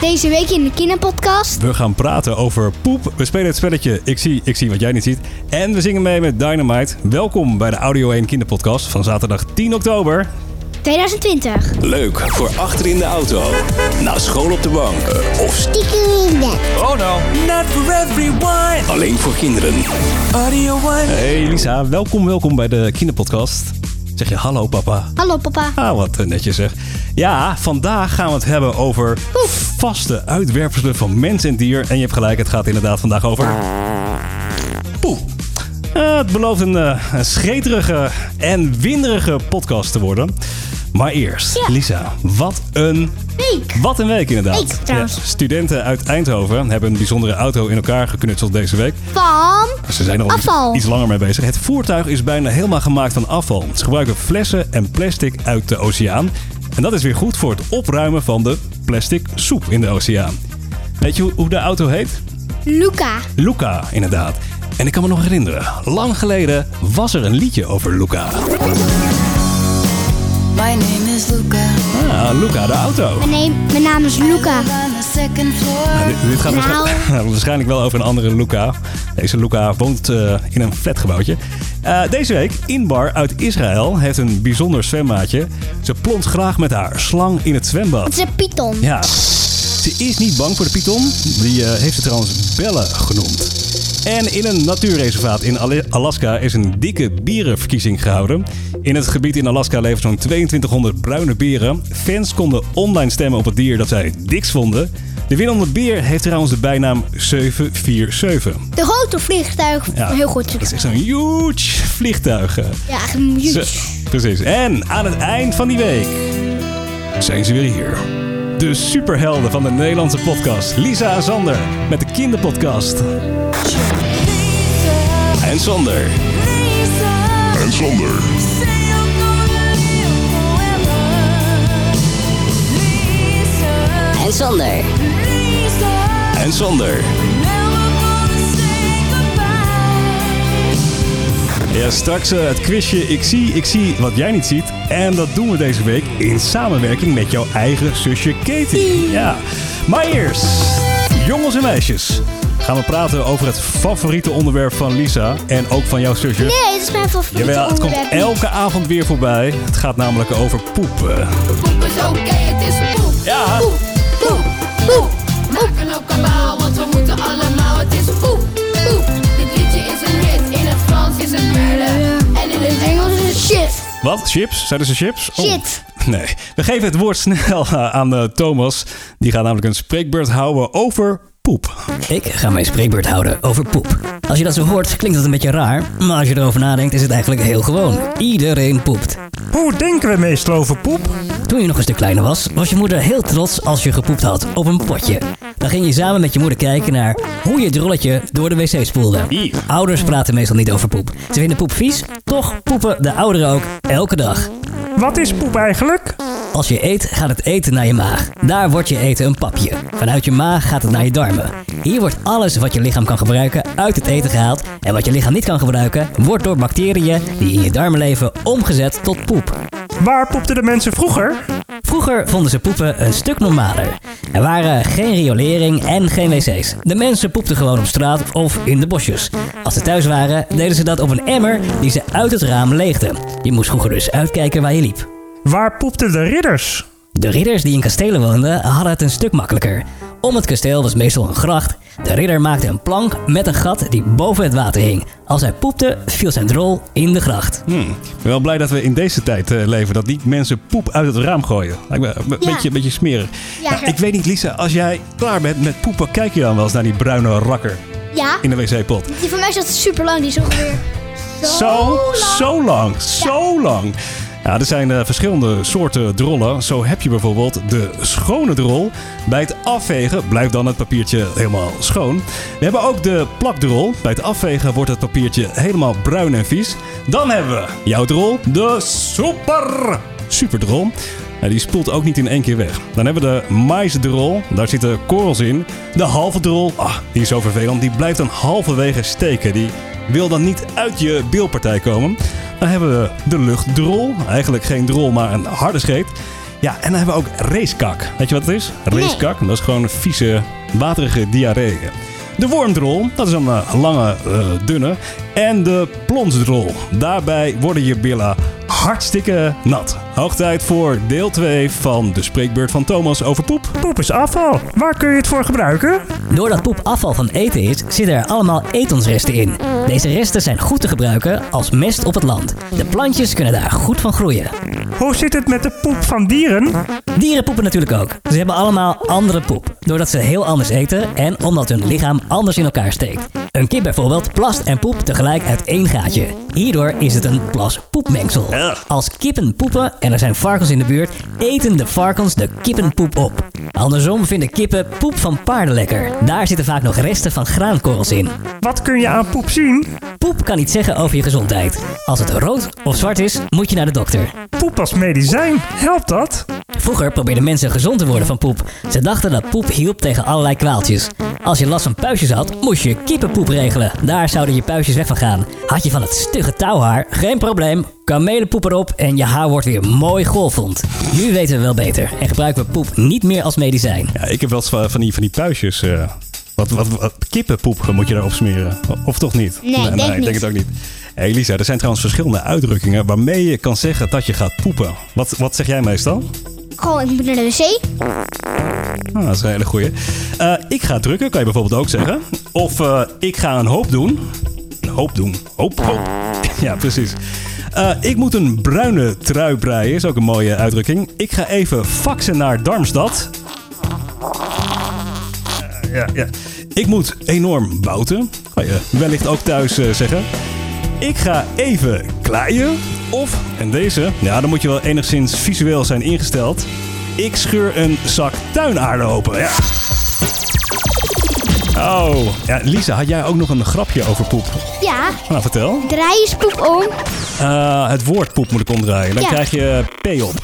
Deze week in de kinderpodcast. We gaan praten over poep. We spelen het spelletje Ik zie, ik zie wat jij niet ziet. En we zingen mee met Dynamite. Welkom bij de Audio 1 Kinderpodcast van zaterdag 10 oktober. 2020. Leuk voor achter in de auto, na school op de bank eh, of st- Stiekem in bed. Oh nou. Not for everyone. alleen voor kinderen. Audio One. Hey Lisa, welkom, welkom bij de Kinderpodcast. Zeg je hallo papa. Hallo papa. Ah, wat eh, netjes zeg. Ja, vandaag gaan we het hebben over vaste uitwerpselen van mens en dier. En je hebt gelijk, het gaat inderdaad vandaag over... Poep. Eh, het belooft een, eh, een scheterige en winderige podcast te worden. Maar eerst, Ja. Lisa, wat een... Week. Wat een week inderdaad. Week, trouwens. studenten uit Eindhoven hebben een bijzondere auto in elkaar geknutseld deze week. Van. Ze zijn er al iets- Afval. iets langer mee bezig. Het voertuig is bijna helemaal gemaakt van afval. Ze gebruiken flessen en plastic uit de oceaan. En dat is weer goed voor het opruimen van de plastic soep in de oceaan. Weet je hoe- hoe de auto heet? Luca. Luca, inderdaad. En ik kan me nog herinneren, lang geleden was er een liedje over Luca. My name is Luca. Ah, Luca de auto. Mijn, neem- mijn naam is Luca. I live on the second floor. Dit- Dit gaat Nou. waarschijnlijk, waarschijnlijk wel over een andere Luca. Deze Luca woont eh, in een flatgebouwtje. Eh, deze week, Inbar uit Israël heeft een bijzonder zwemmaatje. Ze plonst graag met haar slang in het zwembad. Het is een python. Ja, ze is niet bang voor de python. Die eh, heeft ze trouwens Bellen genoemd. En in een natuurreservaat in Ale- Alaska is een dikke bierenverkiezing gehouden. In het gebied in Alaska leven zo'n 2200 bruine beren. Fans konden online stemmen op het dier dat zij het dikst vonden. De winnende beer heeft trouwens de bijnaam 747. De grote vliegtuig. Heel goed. Dat is echt zo'n huge vliegtuig. eh. Ja, echt een huge. Zo, precies. En aan het eind van die week zijn ze weer hier. De superhelden van de Nederlandse podcast. Lisa en Sander met de kinderpodcast. En Sander. En Sander. En Sander. En Sander. Ja, straks eh, het quizje Ik zie, ik zie wat jij niet ziet. En dat doen we deze week in samenwerking met jouw eigen zusje Katie. Ja. Maar eerst, jongens en meisjes, gaan we praten over het favoriete onderwerp van Lisa en ook van jouw zusje. Nee, het is mijn favoriete Jawel, het komt onderwerp. elke avond weer voorbij. Het gaat namelijk over poepen. Poep is oké, het is poep. Ja, Poep, poep, poep. Maak er nou kabaal, want we moeten allemaal. Het is poep, poep. Dit liedje is een hit. In het Frans is het merde. En in het Engels is het shit. wat? Chips? Zeiden ze chips? Oh. Shit. Nee, we geven het woord snel eh, aan eh, Thomas. Die gaat namelijk een spreekbeurt houden over poep. Ik ga mijn spreekbeurt houden over poep. Als je dat zo hoort, klinkt dat een beetje raar. Maar als je erover nadenkt, is het eigenlijk heel gewoon. Iedereen poept. Hoe denken we meestal over poep? Toen je nog een stuk kleiner was, was je moeder heel trots als je gepoept had op een potje. Dan ging je samen met je moeder kijken naar hoe je het rolletje door de wc spoelde. Ouders praten meestal niet over poep. Ze vinden poep vies, toch poepen de ouderen ook elke dag. Wat is poep eigenlijk? Als je eet, gaat het eten naar je maag. Daar wordt je eten een papje. Vanuit je maag gaat het naar je darmen. Hier wordt alles wat je lichaam kan gebruiken uit het eten gehaald. En wat je lichaam niet kan gebruiken, wordt door bacteriën die in je darmen leven omgezet tot poep. Waar poepten de mensen vroeger? Vroeger vonden ze poepen een stuk normaler. Er waren geen riolering en geen wc's. De mensen poepten gewoon op straat of in de bosjes. Als ze thuis waren, deden ze dat op een emmer die ze uit het raam leegden. Je moest vroeger dus uitkijken waar je liep. Waar poepten de ridders? De ridders die in kastelen woonden hadden het een stuk makkelijker. Om het kasteel was meestal een gracht. De ridder maakte een plank met een gat die boven het water hing. Als hij poepte, viel zijn drol in de gracht. Hmm. Ik ben wel blij dat we in deze tijd eh, leven. Dat niet mensen poep uit het raam gooien. Lijkt me een be- Ja. beetje, beetje smerig. Ja. Nou, ik weet niet, Lisa. Als jij klaar bent met poepen, kijk je dan wel eens naar die bruine rakker Ja. in de wc-pot. Die van mij zat super lang. Die is ongeveer. Zo. Zo, lang. zo lang. Zo lang. Ja, er zijn eh, verschillende soorten drollen. Zo heb je bijvoorbeeld de schone drol. Bij het afvegen blijft dan het papiertje helemaal schoon. We hebben ook de plakdrol. Bij het afvegen wordt het papiertje helemaal bruin en vies. Dan hebben we jouw drol, de super superdrol. Ja, die spoelt ook niet in één keer weg. Dan hebben we de maisdrol. Daar zitten korrels in. De halve drol. Ah, die is zo vervelend. Die blijft dan halverwege steken. Die wil dan niet uit je beelpartij komen. Dan hebben we de luchtdrol. Eigenlijk geen drol, maar een harde scheet. Ja, en dan hebben we ook racekak. Weet je wat het is? Racekak, dat is gewoon een vieze, waterige diarree. De wormdrol, dat is een eh, lange, eh, dunne. En de plonsdrol. Daarbij worden je billen hartstikke nat. Hoog tijd voor deel 2 van de spreekbeurt van Thomas over poep. Poep is afval. Waar kun je het voor gebruiken? Doordat poep afval van eten is, zitten er allemaal etonsresten in. Deze resten zijn goed te gebruiken als mest op het land. De plantjes kunnen daar goed van groeien. Hoe zit het met de poep van dieren? Dieren poepen natuurlijk ook. Ze hebben allemaal andere poep, doordat ze heel anders eten en omdat hun lichaam anders in elkaar steekt. Een kip bijvoorbeeld plast en poept tegelijk uit één gaatje. Hierdoor is het een plas-poepmengsel. Als kippen poepen en er zijn varkens in de buurt, eten de varkens de kippenpoep op. Andersom vinden kippen poep van paarden lekker. Daar zitten vaak nog resten van graankorrels in. Wat kun je aan poep zien? Poep kan iets zeggen over je gezondheid. Als het rood of zwart is, moet je naar de dokter. Poep als medicijn. Helpt dat? Vroeger probeerden mensen gezond te worden van poep. Ze dachten dat poep hielp tegen allerlei kwaaltjes. Als je last van puistjes had, moest je kippenpoep regelen. Daar zouden je puistjes weg van gaan. Had je van het stugge touwhaar, geen probleem. Kamelenpoep erop en je haar wordt weer mooi golfend. Nu weten we wel beter en gebruiken we poep niet meer als medicijn. Ja, ik heb wel eens van van die, van die puistjes. eh, wat, wat, wat kippenpoep moet je daarop smeren. Of toch niet? Nee, denk ik denk niet. het ook niet. Hey Lisa, er zijn trouwens verschillende uitdrukkingen waarmee je kan zeggen dat je gaat poepen. Wat, wat zeg jij meestal? Goh, ik moet naar de wc. Ah, dat is een hele goeie. Eh, ik ga drukken, kan je bijvoorbeeld ook zeggen. Of eh, ik ga een hoop doen. Een hoop doen. Hoop, hoop. ja, precies. Eh, ik moet een bruine trui breien, is ook een mooie uitdrukking. Ik ga even faxen naar Darmstad. Eh, ja, ja. Ik moet enorm bouten. Kan je wellicht ook thuis eh, zeggen. Ik ga even kleien. Of, en deze, ja, dan moet je wel enigszins visueel zijn ingesteld. Ik scheur een zak tuinaarde open. Ja. Oh, ja, Lisa, had jij ook nog een grapje over poep? Ja, Nou, vertel. draai eens poep om. Eh, het woord poep moet ik omdraaien. Dan Ja. krijg je P op.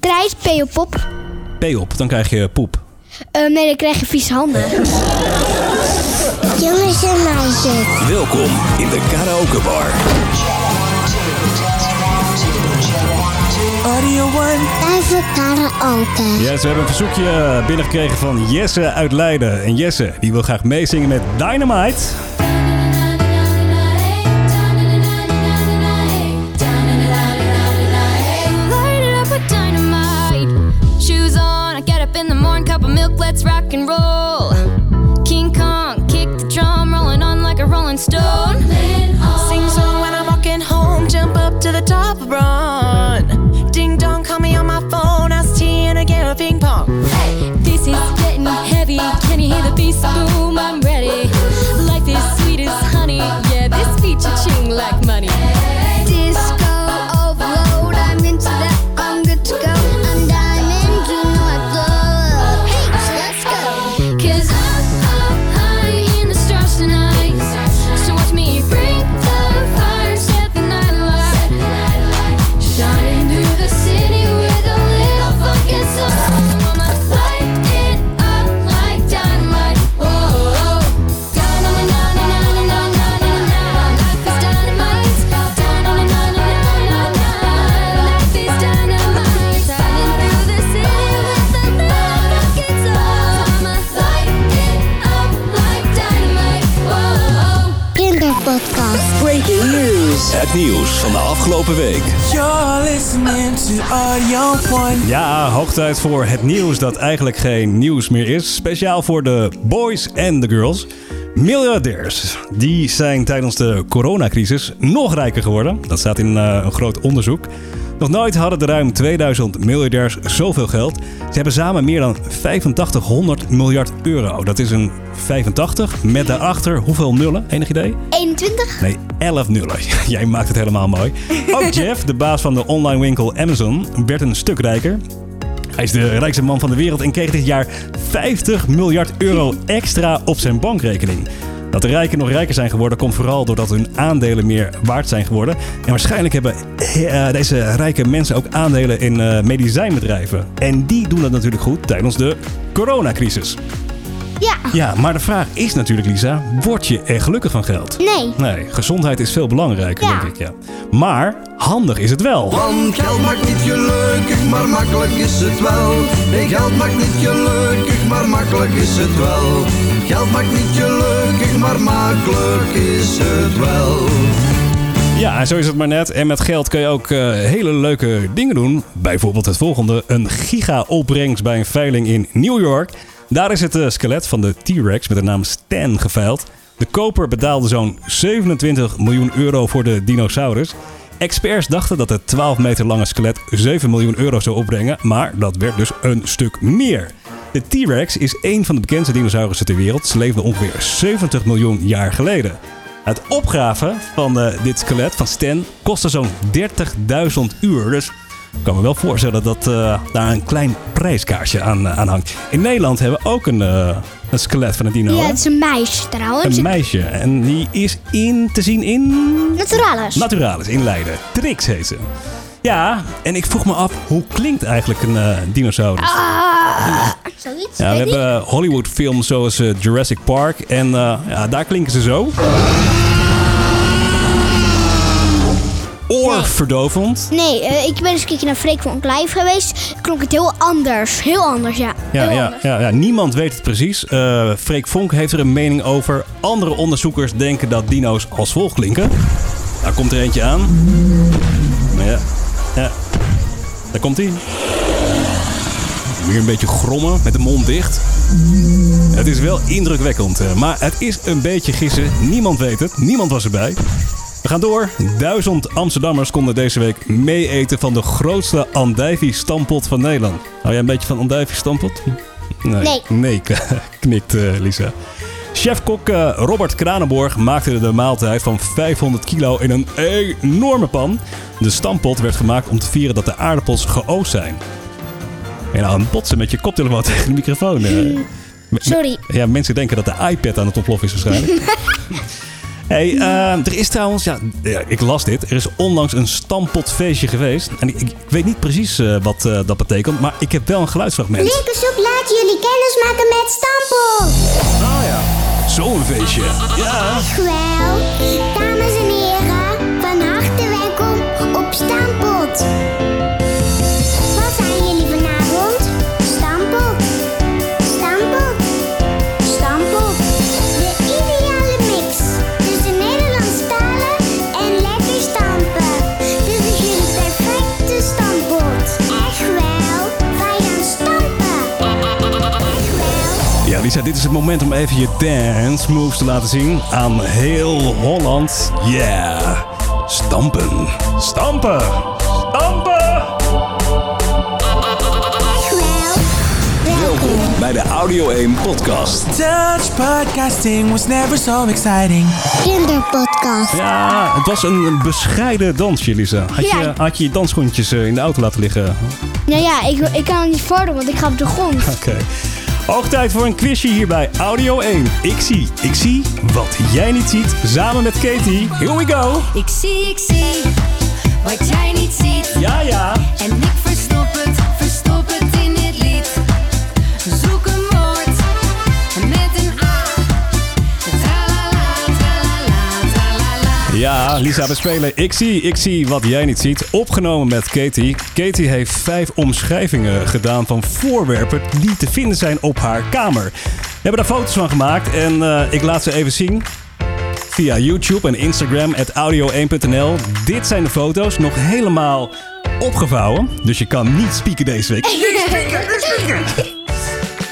Draai eens pee op pop. P op, dan krijg je poep. Eh, nee, dan krijg je vieze handen. Jongens en meisjes. Welkom in de Karaoke Bar. Audio One. Even karaoke. Yes, we hebben een verzoekje binnengekregen van Jesse uit Leiden. En Jesse, die wil graag meezingen met Dynamite. Shoes on, I get up in the morning, cup of milk, let's rock and roll. King Kong, kick the drum, rolling on like a rolling stone. Sing song when I'm walking home, jump up to the top, run. Ding dong, call me on my phone, ice tea and a game of ping pong. This is getting heavy. Can you hear the bass boom? I'm ready. Life is sweet as honey. Yeah, this feature ching like money. Disco overload, I'm into that, I'm good to go. I'm diamond, you know I glow. Hey, so let's go. Cause I'm up high in the stars tonight. So watch me bring the fire, set the night alight. Shining through the city with a little fucking soul. Mama, light it up like dynamite. Whoa, whoa. Dynamite, dynamite, dynamite, dynamite. Life is dynamite. Dynamite, dynamite, dynamite. Life is dynamite. Shining through the city with a little fucking soul. Mama, light it up like dynamite. Whoa. Kinderpodcast. Breaking news. Het nieuws van de afgelopen week. You're listening to Audio One. Ja, hoog tijd voor het nieuws dat eigenlijk geen nieuws meer is. Speciaal voor de boys en de girls. Miljardairs, die zijn tijdens de coronacrisis nog rijker geworden. Dat staat in eh, een groot onderzoek. Nog nooit hadden de ruim 2000 miljardairs zoveel geld. Ze hebben samen meer dan 8500 miljard euro. Dat is een 85 met daarachter hoeveel nullen? Enig idee? 21. Nee, 11 nullen. Jij maakt het helemaal mooi. Ook Jeff, de baas van de online winkel Amazon, werd een stuk rijker. Hij is de rijkste man van de wereld en kreeg dit jaar 50 miljard euro extra op zijn bankrekening. Dat de rijken nog rijker zijn geworden komt vooral doordat hun aandelen meer waard zijn geworden. En waarschijnlijk hebben eh, deze rijke mensen ook aandelen in eh, medicijnbedrijven. En die doen dat natuurlijk goed tijdens de coronacrisis. Ja. Ja, maar de vraag is natuurlijk, Lisa, word je er gelukkig van geld? Nee. Nee, gezondheid is veel belangrijker, Ja. denk ik, ja. Maar handig is het wel. Want geld maakt niet gelukkig, maar makkelijk is het wel. Nee, geld maakt niet gelukkig, maar makkelijk is het wel. Geld maakt niet gelukkig, maar makkelijk is het wel. Ja, en zo is het maar net. En met geld kun je ook eh, hele leuke dingen doen. Bijvoorbeeld het volgende. Een giga-opbrengst bij een veiling in New York. Daar is het eh, skelet van de T-Rex met de naam Stan geveild. De koper betaalde zo'n 27 miljoen euro voor de dinosaurus. Experts dachten dat het 12 meter lange skelet 7 miljoen euro zou opbrengen, maar dat werd dus een stuk meer. De T-Rex is een van de bekendste dinosaurussen ter wereld. Ze leefde ongeveer 70 miljoen jaar geleden. Het opgraven van eh, dit skelet van Stan kostte zo'n 30.000 uur. Dus ik kan me wel voorstellen dat eh, daar een klein prijskaartje aan, eh, aan hangt. In Nederland hebben we ook een, eh, een skelet van een dino. Ja, hè? het is een meisje trouwens. Een meisje. En die is in te zien in... Naturalis. Naturalis in Leiden. Trix heet ze. Ja, en ik vroeg me af, hoe klinkt eigenlijk een eh, dinosaurus? Zoiets. Ja, we weet ik. hebben Hollywood-films zoals eh, Jurassic Park. En eh, ja, daar klinken ze zo. Oorverdovend. Nee, eh, ik ben eens een keertje naar Freek van Clive geweest. Klonk het heel anders. Heel anders, ja. Ja, heel ja, anders. ja, ja, niemand weet het precies. Eh Freek Vonk heeft er een mening over. Andere onderzoekers denken dat dino's als volgt klinken. Daar komt er eentje aan. Ja, ja. daar komt hij. Weer een beetje grommen met de mond dicht. Het is wel indrukwekkend, eh, maar het is een beetje gissen. Niemand weet het, niemand was erbij. We gaan door. Duizend Amsterdammers konden deze week meeeten van de grootste andijvie-stampot van Nederland. Hou jij een beetje van andijvie-stampot? Nee. Nee, k- knikt eh, Lisa. Chef-kok eh, Robert Kranenborg maakte de maaltijd van 500 kilo in een enorme pan. De stampot werd gemaakt om te vieren dat de aardappels geoogst zijn. En nou, aan het botsen met je koptelefoon tegen de microfoon. eh. Sorry. Ja, mensen denken dat de iPad aan het oploffen is waarschijnlijk. hey, eh, er is trouwens, ja, ja, ik las dit. Er is onlangs een stampotfeestje geweest. En ik, ik weet niet precies eh, wat eh, dat betekent, maar ik heb wel een geluidsfragment. Linkerzoek laat jullie kennis maken met Stampel. Zo'n feestje. Ja. Wel, dames en heren, van harte welkom op Stampot. Wat zijn jullie vanavond? Stampot, Stampot, Stampot. De ideale mix tussen Nederlands spelen en lekker stampen. Dit is jullie perfecte Stampot. Echt wel, wij gaan stampen. Echt wel. Ja, Lisa, dit is het moment om even je dance moves te laten zien aan heel Holland. Yeah. Stampen. Stampen. Stampen. Welkom bij de Audio 1 podcast. Dutch podcasting was never so exciting. Kinderpodcast. Ja, het was een bescheiden dansje, Lisa. Had je Ja. had je, je dansschoentjes eh, in de auto laten liggen? Nou ja, ik, ik kan het niet voordoen, want ik ga op de grond. Oké. Ook tijd voor een quizje hier bij Audio 1. Ik zie, ik zie wat jij niet ziet. Samen met Katie. Here we go. Ik zie, ik zie wat jij niet ziet. Ja, ja. En ik verstop het, verstop het in dit lied. Zoek een woord met een A. Tralala, tralala, tralala. Ja, Lisa, we spelen Ik zie, ik zie wat jij niet ziet. Opgenomen met Katie. Katie heeft vijf omschrijvingen gedaan van voorwerpen die te vinden zijn op haar kamer. We hebben daar foto's van gemaakt en eh, ik laat ze even zien. Via YouTube en Instagram at audio1.nl. Dit zijn de foto's, nog helemaal opgevouwen. Dus je kan niet spieken deze week.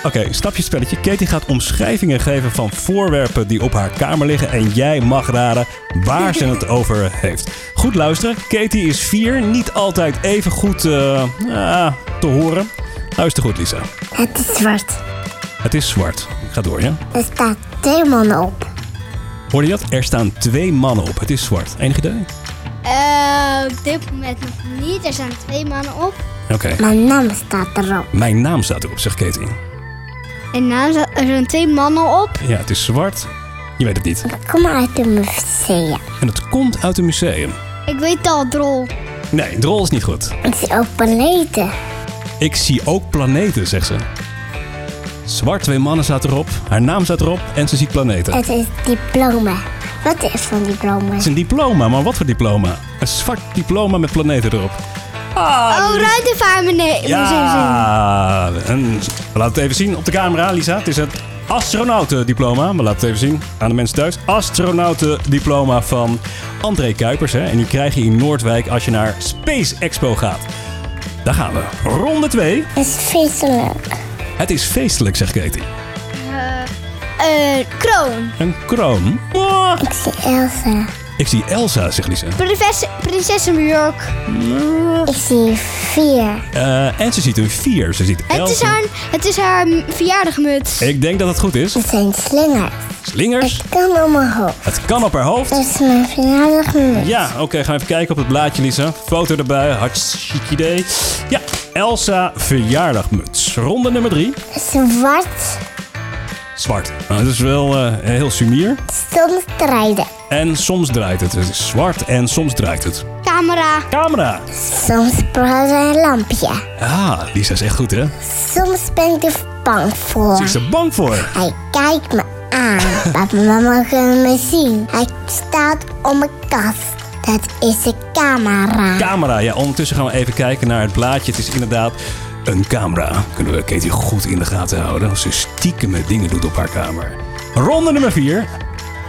Oké, stapje spelletje. Katie gaat omschrijvingen geven van voorwerpen die op haar kamer liggen. En jij mag raden waar ze het over heeft. Goed luisteren. Katie is vier. Niet altijd even goed eh, ah, te horen. Luister goed, Lisa. Het is zwart. Het is zwart. Ik ga door, ja? Er staat twee mannen op. Hoorde je dat? Er staan twee mannen op. Het is zwart. Enig idee? Eh, op dit moment nog niet. Er zijn twee mannen op. Oké. Mijn naam staat erop. Mijn naam staat erop, zegt Katie. En nou, zo- er zijn twee mannen op. Ja, het is zwart. Je weet het niet. Ik kom uit de museum. En het komt uit een museum. Ik weet al, drol. Nee, drol is niet goed. Het is ook beneden. Ik zie ook planeten, zegt ze. Zwart twee mannen staat erop. Haar naam staat erop en ze ziet planeten. Het is diploma. Wat is zo'n diploma? Het is een diploma, maar wat voor diploma? Een zwart diploma met planeten erop. Ah, Oh, ruimtevaart, meneer. Ja, en laat het even zien op de camera, Lisa. Het is het astronautendiploma. Maar laat het even zien aan de mensen thuis. Astronautendiploma van André Kuipers. Hè? En die krijg je in Noordwijk als je naar Space Expo gaat. Daar gaan we. Ronde 2. Is het feestelijk? Het is feestelijk, zegt Katie. Eh, kroon. Een kroon. Ik zie Elsa. Ik zie Elsa, zegt Lisa. Prinses, prinses New York. Ik zie vier. Eh, en ze ziet een vier. Ze ziet Het is Elsa. haar, het is haar mm, verjaardagmuts. Ik denk dat het goed is. Het zijn slingers. Slingers. Kan om mijn hoofd. Het kan op haar hoofd. Dat is mijn verjaardag nu. Ja, oké, gaan we even kijken op het blaadje, Lisa. Foto erbij, hartstikke idee. Ja, Elsa verjaardagmuts. Ronde nummer drie. Zwart Zwart. Nou, dat is wel eh, heel sumier. stond strijden. En soms draait het. Het is zwart en soms draait het. Camera. Camera. Soms brandde een lampje. Ah, Lisa is echt goed, hè? Soms ben ik er bang Ze voor. is er bang voor. Hij kijkt me aan. Papa en mama kunnen me zien. Hij staat op mijn kast. Dat is de camera. Camera. Ja, ondertussen gaan we even kijken naar het blaadje. Het is inderdaad een camera. Kunnen we Katie goed in de gaten houden als ze stiekem met dingen doet op haar kamer. Ronde nummer vier.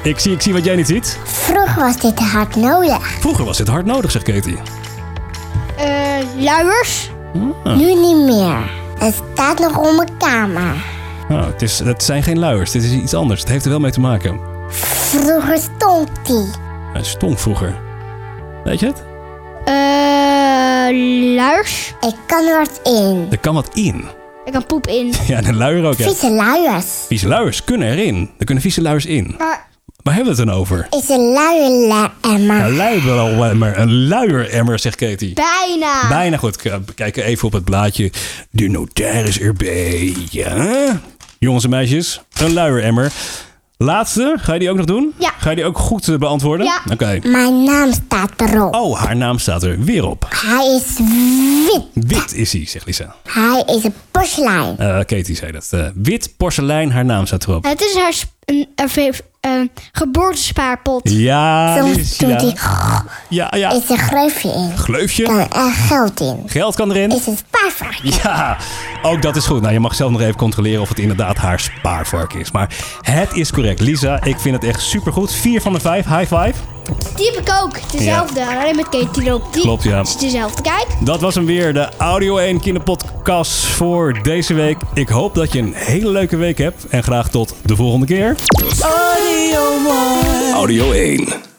Ik zie, ik zie wat jij niet ziet. Vroeger was dit hard nodig. Vroeger was dit hard nodig, zegt Katie. Eh, luiers. Nu niet meer. Het staat nog op mijn kamer. Nou, het, is, het zijn geen luiers, dit is iets anders. Het heeft er wel mee te maken. Vroeger stond die. Hij stonk vroeger. Weet je het? Eh, luiers. Ik kan er wat in. Er kan wat in. Ik kan poep in. Ja, en een luier ook, ja. Vieze luiers. Vieze luiers kunnen erin. Er kunnen vieze luiers in. Maar- Waar hebben we het dan over? Is een luie emmer. Een luieremmer, een luieremmer, zegt Katie. Bijna. Bijna goed. K- Kijk even op het blaadje. De notaris erbij. Ja. Jongens en meisjes, een luieremmer. Laatste, ga je die ook nog doen? Ja. Ga je die ook goed eh, beantwoorden? Ja. Oké. Mijn naam staat erop. Oh, haar naam staat er weer op. Hij is wit. Wit is hij, zegt Lisa. Hij is een porselein. Eh, Katie zei dat. Eh, wit porselein, haar naam staat erop. Het is haar sp- een, een ve- een geboortespaarpot. Ja, Soms Lisa. doet hij... Ja, ja. Is er gleufje in. Gleufje. Kan er geld in. Geld kan erin. Is het spaarvark. Ja, ook dat is goed. Nou, je mag zelf nog even controleren of het inderdaad haar spaarvark is. Maar het is correct. Lisa, ik vind het echt supergoed. 4 van de 5, high five. Die heb ik ook. Dezelfde. Alleen met Katie erop. Die Klopt, ja. is dezelfde. Kijk. Dat was hem weer, de Audio 1 Kinderpodcast voor deze week. Ik hoop dat je een hele leuke week hebt en graag tot de volgende keer. Audio One. Audio 1.